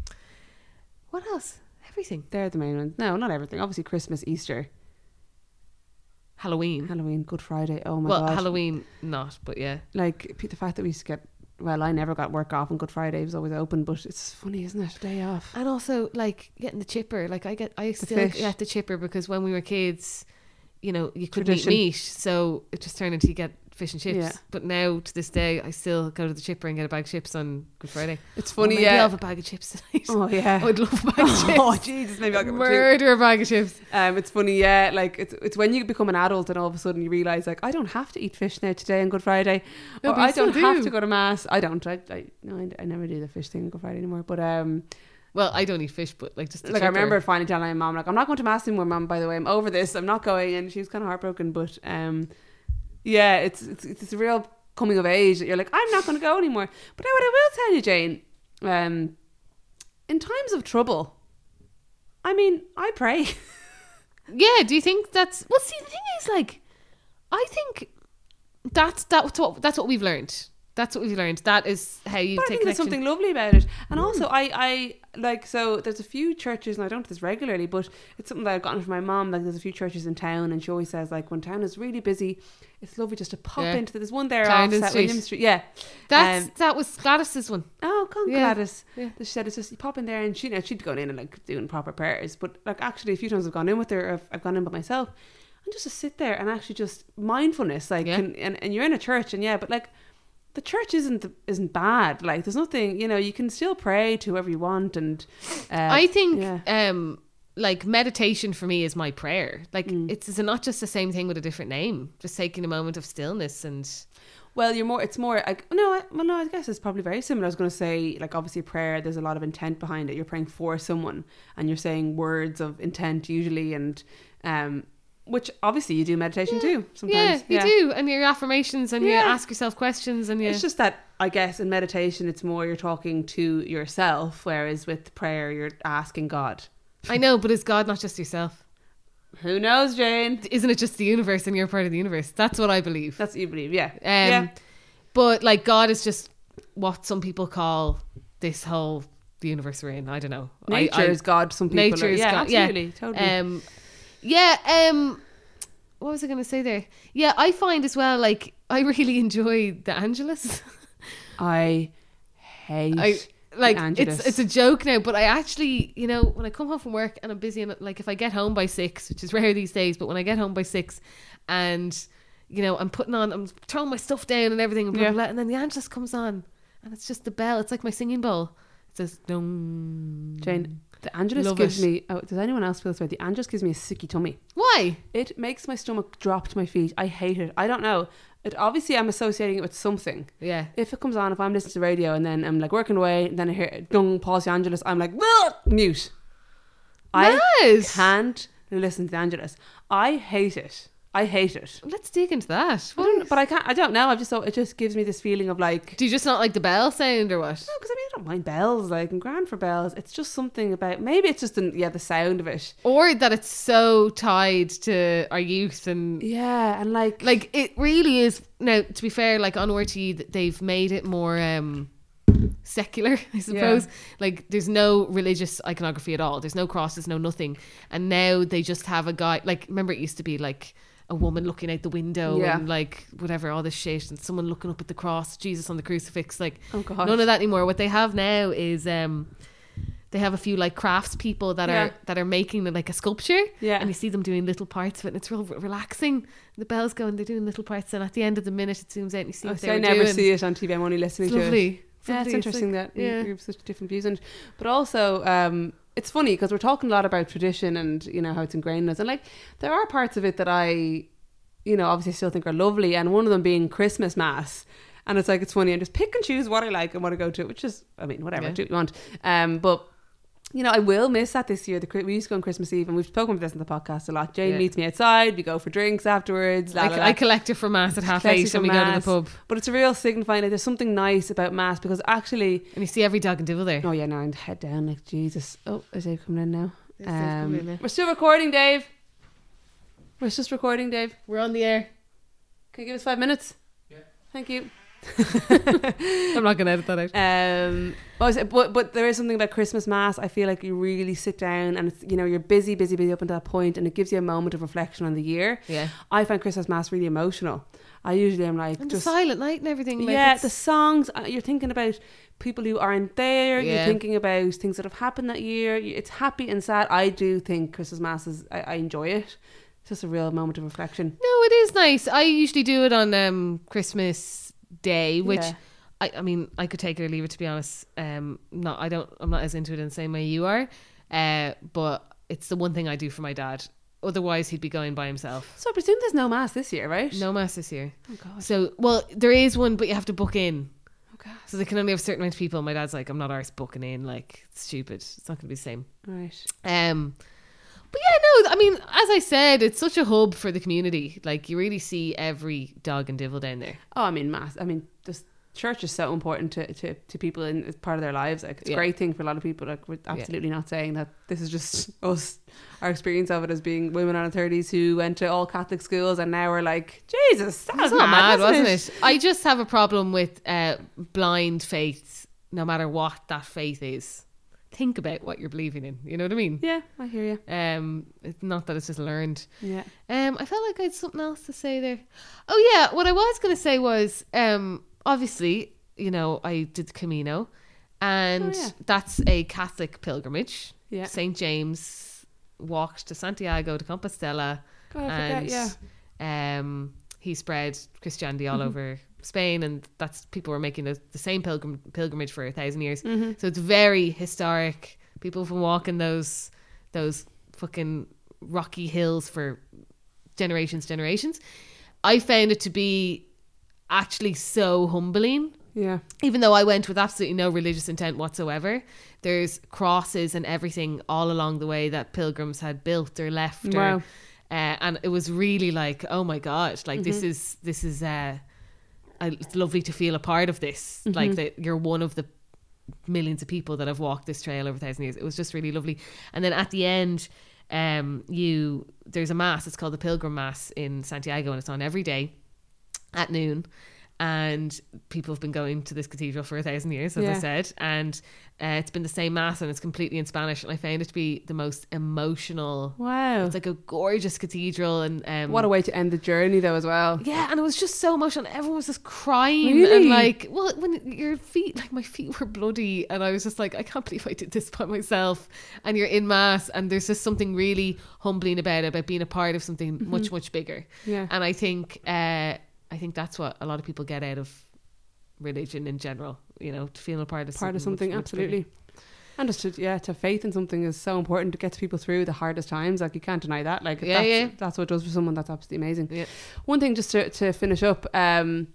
what else? Everything. They're the main ones. No, not everything. Obviously Christmas, Easter, Halloween. Halloween, Good Friday. Oh my well, god. Halloween not, but yeah. like pe- the fact that we used to get well, I never got work off on Good Friday. It was always open, but it's funny, isn't it? Day off. And also like getting the chipper. Like I get I still fish. get the chipper because when we were kids, you know, you couldn't eat Tradition. meat, so it just turned into you get fish and chips. Yeah. But now to this day I still go to the chipper and get a bag of chips on Good Friday. It's Or funny, maybe I'll yeah. have a bag of chips tonight. Oh yeah. I would love a bag of chips. oh Jesus, maybe I'll get one too. Murder a bag of chips. Um, it's funny, yeah. Like it's it's when you become an adult and all of a sudden you realize like I don't have to eat fish now today on Good Friday, No, or but you I don't still do. have to go to mass. I don't. I I, no, I, I never do the fish thing on Good Friday anymore. But um, Well, I don't eat fish, but like just the like I chipper. remember finally telling my mom like I'm not going to mass anymore, mom. By the way, I'm over this. I'm not going. And she was kind of heartbroken, but um, yeah, it's it's it's a real coming of age that you're like I'm not going to go anymore. But now what I will tell you, Jane, um, in times of trouble, I mean I pray. Yeah, do you think that's well see the thing is like I think that's that's what that's what we've learned. That's what we've learned. That is how you But I take think connection. there's Mm. something lovely about it. And also, I, I like so there's a few churches, and I don't do this regularly, but it's something that I've gotten from my mom. Like there's a few churches in town, and she always says like when town is really busy, it's lovely just to pop Yeah. into. There's one there off Clarendon St Street. William Street. Yeah, That's Um, that was Gladys's one. oh, come Yeah. Gladys. Yeah. She said it's just you pop in there, and she now she'd gone in and like doing proper prayers. But like actually, a few times I've gone in with her, or I've, I've gone in by myself, and just to sit there and actually just mindfulness, like Yeah. and, and and you're in a church, and yeah, but like the church isn't the, isn't bad. Like there's nothing, you know, you can still pray to whoever you want, and uh, I think yeah. um like meditation for me is my prayer. Like Mm. it's is it not just the same thing with a different name. Just taking a moment of stillness and Well, you're more. It's more like no. I, well, no. I guess it's probably very similar. I was going to say like obviously prayer. There's a lot of intent behind it. You're praying for someone, and you're saying words of intent usually, and um, which obviously you do meditation too. Sometimes, yeah, you do. And your affirmations and you Yeah. ask yourself questions and you It's just that I guess in meditation, it's more you're talking to yourself, whereas with prayer, you're asking God. I know, but is God not just yourself? Who knows, Jane? Isn't it just the universe and you're part of the universe? That's what I believe. That's what you believe, yeah. Um, yeah. But like God is just what some people call this whole the universe we're in. I don't know. I- Nature I- is God. Some people, nature are, is yeah, God. absolutely, yeah. totally. Um, yeah. Um, what was I going to say there? Yeah, I find as well. Like, I really enjoy the Angelus. I hate. I like the it's Angelus. it's a joke now, but I actually, you know, when I come home from work and I'm busy, and like if I get home by six, which is rare these days, but when I get home by six, and you know, I'm putting on, I'm throwing my stuff down and everything, and, blah, Yeah. blah, blah, and then the Angelus comes on, and it's just the bell. It's like my singing bowl. It says, "Dong." Jane, the Angelus Mm. Love gives it. me. Oh, does anyone else feel this way? The Angelus gives me a sicky tummy. Why? It makes my stomach drop to my feet. I hate it. I don't know. It obviously I'm associating it with something. Yeah. If it comes on, if I'm listening to the radio and then I'm like working away, and then I hear dung Paul's the Angelus, I'm like "Ugh," mute. I Mad. can't Now listen to Angelus. I hate it. I hate it. Let's dig into that. I What don't- but I can't. I don't know. I just so it just gives me this feeling of like. do you just not like the bell sound or what? No, because I mean I don't mind bells. Like I'm grand for bells. It's just something about maybe it's just the, yeah the sound of it. Or that it's so tied to our youth and Yeah, and like like it really is now to be fair like on RT th- they've made it more um secular I suppose like there's no religious iconography at all there's no crosses no nothing and now they just have a guy like remember it used to be like a woman looking out the window Yeah. and like whatever all this shit and someone looking up at the cross Jesus on the crucifix like oh god, none of that anymore what they have now is um they have a few like crafts people that Yeah. are that are making like a sculpture Yeah, and you see them doing little parts of it, and it's real re- relaxing. The bells go, and they're doing little parts, and at the end of the minute, it zooms out, and you see Oh, what see, they're I never doing. see it on TV. I'm only listening It's to it. lovely. Yeah, it's lovely. interesting like- that we- yeah. we have such different views on it. But also, um, it's funny because we're talking a lot about tradition and you know how it's ingrained in us, and like there are parts of it that I, you know, obviously still think are lovely, and one of them being Christmas mass. And it's like it's funny, and just pick and choose what I like and what I go to, which is, I mean, whatever, Yeah. do what you want. Um, but you know, I will miss that this year. The Chri- we used to go on Christmas Eve, and we've spoken about this in the podcast a lot. Jane Yeah. meets me outside. We go for drinks afterwards. La, I, la, c- la. I collect it for mass at half Collect it eight, for and we go to the mass. pub, But it's a real signifying. Like, there's something nice about mass because actually, and you see every dog and devil there. oh yeah, now I'm head down like Jesus. Oh, is Dave coming in now? Yes, Dave's coming Um, in now. We're still recording, Dave. We're just recording, Dave. We're on the air. Can you give us five minutes? Yeah. Thank you. I'm not gonna edit that out. Um, what was it? but but there is something about Christmas mass. I feel like you really sit down and it's you know you're busy, busy, busy up until that point, and it gives you a moment of reflection on the year. Yeah, I find Christmas mass really emotional. I usually am like and the just silent night and everything. Like yeah, it's- the songs. uh, You're thinking about people who aren't there. You're Yeah. thinking about things that have happened that year. You- It's happy and sad. I do think Christmas Mass is. I, I enjoy it. It's just a real moment of reflection. no, it is nice. I usually do it on um Christmas Day, which. Yeah. I, I mean, I could take it or leave it to be honest. Um, not I don't I'm not as into it in the same way you are. Uh, but it's the one thing I do for my dad. Otherwise, he'd be going by himself. So I presume there's no mass this year, right? No mass this year. Oh gosh. So, well, there is one, but you have to book in. Oh gosh. So they can only have a certain amount of people. My dad's like, I'm not arse booking in. Like, it's stupid. It's not going to be the same. Right. Um, but yeah, no, I mean, as I said, it's such a hub for the community. Like, you really see every dog and divil down there. Oh, I mean mass. I mean this church is so important to to, to people in it's part of their lives. Like it's Yeah. a great thing for a lot of people. Like we're absolutely not saying that this is just us. Our experience of it as being women in our thirties who went to all Catholic schools and now we're like Jesus. That was It's not mad, wasn't wasn't it? I just have a problem with uh, blind faith, no matter what that faith is. Think about what you're believing in. You know what I mean? Yeah, I hear you. Um, it's not that it's just learned. Yeah. Um, I felt like I had something else to say there. Oh yeah, what I was gonna say was, um, obviously, you know, I did the Camino, and Oh, yeah. that's a Catholic pilgrimage. Yeah. Saint James walked to Santiago de Compostela God, I and forget, yeah. Mm-hmm. um, he spread Christianity all over Spain, and that's people were making the, the same pilgrim, pilgrimage for a thousand years. Mm-hmm. So it's very historic. People have been walking those those fucking rocky hills for generations, generations. I found it to be actually so humbling Yeah. even though I went with absolutely no religious intent whatsoever, there's crosses and everything all along the way that pilgrims had built or left. Or, Wow. uh, and it was really like, oh my god, like this is this is uh, I- it's lovely to feel a part of this. Like that you're one of the millions of people that have walked this trail over a thousand years. It was just really lovely. And then at the end, um, you there's a mass. It's called the Pilgrim Mass in Santiago, and it's on every day at noon. And people have been going to this cathedral for a thousand years, as I Yeah. said. And uh, it's been the same mass, and it's completely in Spanish. And I found it to be the most emotional. Wow. It's like a gorgeous cathedral, and um, What a way to end the journey, though, as well. yeah, and it was just so emotional. Everyone was just crying and Really? like, well, when your feet, like my feet were bloody, and I was just like, I can't believe I did this by myself. And you're in mass, and there's just something really humbling about it, about being a part of something Mm-hmm. much, much bigger. Yeah. And I think, uh, I think that's what a lot of people get out of religion in general. You know, to feel a part of Part of much, something, much bigger. absolutely. And just to, yeah, to faith in something is so important to gets people through the hardest times. Like you can't deny that. Like Yeah, that's, yeah. that's what it does for someone. That's absolutely amazing. Yeah. One thing just to, to finish up. Um,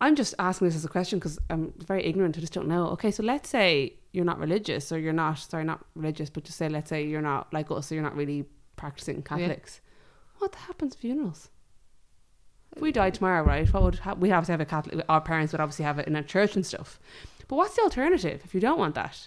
I'm just asking this as a question because I'm very ignorant. I just don't know. Okay, so let's say you're not religious, or you're not sorry, not religious, but just say let's say you're not like us, so you're not really practicing Catholics. What happens at funerals? If we died tomorrow, right? What would ha- we have to have a Catholic? Our parents would obviously have it in a church and stuff. But what's the alternative if you don't want that?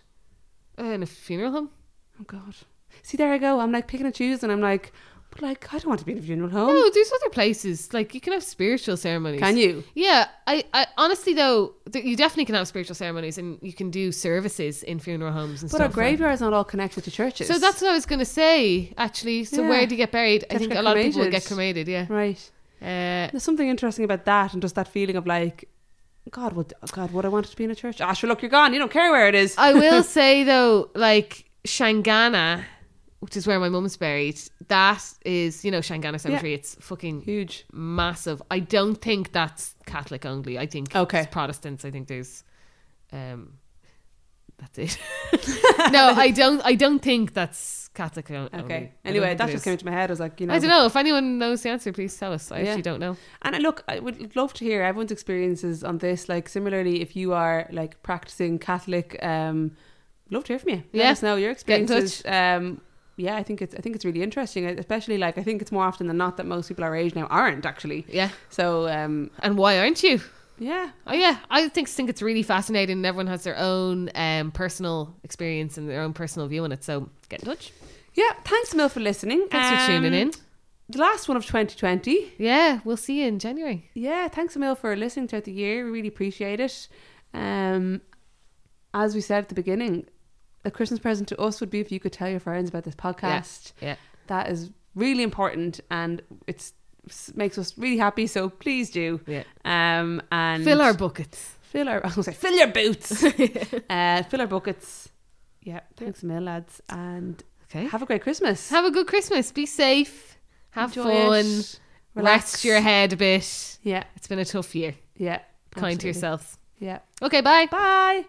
Uh, in a funeral home. Oh God! See, there I go. I'm like picking and choosing. I'm like, but like I don't want to be in a funeral home. no, there's other places. Like you can have spiritual ceremonies. Can you? Yeah, I, I honestly though th- you definitely can have spiritual ceremonies and you can do services in funeral homes and But stuff. our graveyard's not all connected to churches. So that's what I was going to say actually. So Yeah. where do you get buried? I have to think get a lot of people would cremated. get cremated. Yeah. right. Uh, There's something interesting about that, and just that feeling of like, God, would God would I want it to be in a church? Ah, sure, look, you're gone. You don't care where it is. I will say though, like Shangana, which is where my mum's buried. That is, you know, Shangana Cemetery. It's fucking Huge. massive. I don't think that's Catholic only. I think Okay. it's Protestants. I think there's, um, that's it. no, I don't. I don't think that's Catholic on- only. I Okay. don't Anyway, think that it just is. came into my head. I was like, you know, I don't know if anyone knows the answer. Please tell us. I Yeah. actually don't know. And I- look, I would love to hear everyone's experiences on this. Like, similarly, if you are like practicing Catholic, um, love to hear from you. Let Yeah. us know your Get in touch. experiences. Um, yeah, I think it's I think it's really interesting, e, especially like I think it's more often than not that most people our age now aren't actually. Yeah, So um, and why aren't you? yeah, Oh yeah, I think think it's really fascinating. and Everyone has their own um, personal experience and their own personal view on it. So get in touch. yeah. Thanks, Mill, for listening. Thanks for Um, tuning in. The last one of 2020. Yeah, we'll see you in January. yeah, thanks Emil for listening throughout the year. We really appreciate it. Um, as we said at the beginning, a Christmas present to us would be if you could tell your friends about this podcast. Yeah. That is really important, and it's s- makes us really happy. So please do. Yeah. Um, and Fill our buckets. fill our I was gonna say fill your boots. uh, fill our buckets. Yeah, thanks Emil, lads, and Okay. have a great Christmas. Have a good Christmas. Be safe. Have Enjoy fun. it. Rest your head a bit. Yeah, It's been a tough year. yeah. Kind to absolutely. yourselves. Yeah. Okay, bye. Bye.